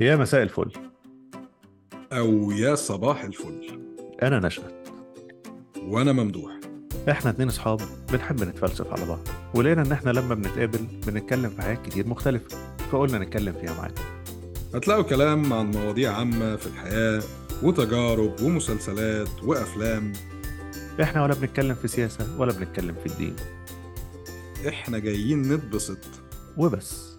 يا مساء الفل أو يا صباح الفل انا نشأت وأنا ممدوح احنا اتنين اصحاب بنحب نتفلسف على بعض ولقينا ان احنا لما بنتقابل بنتكلم في حاجات كتير مختلفة فقلنا نتكلم فيها معاكم هتلاقوا كلام عن مواضيع عامة في الحياة وتجارب ومسلسلات وأفلام احنا ولا بنتكلم في سياسة ولا بنتكلم في الدين إحنا جايين نتبسط وبس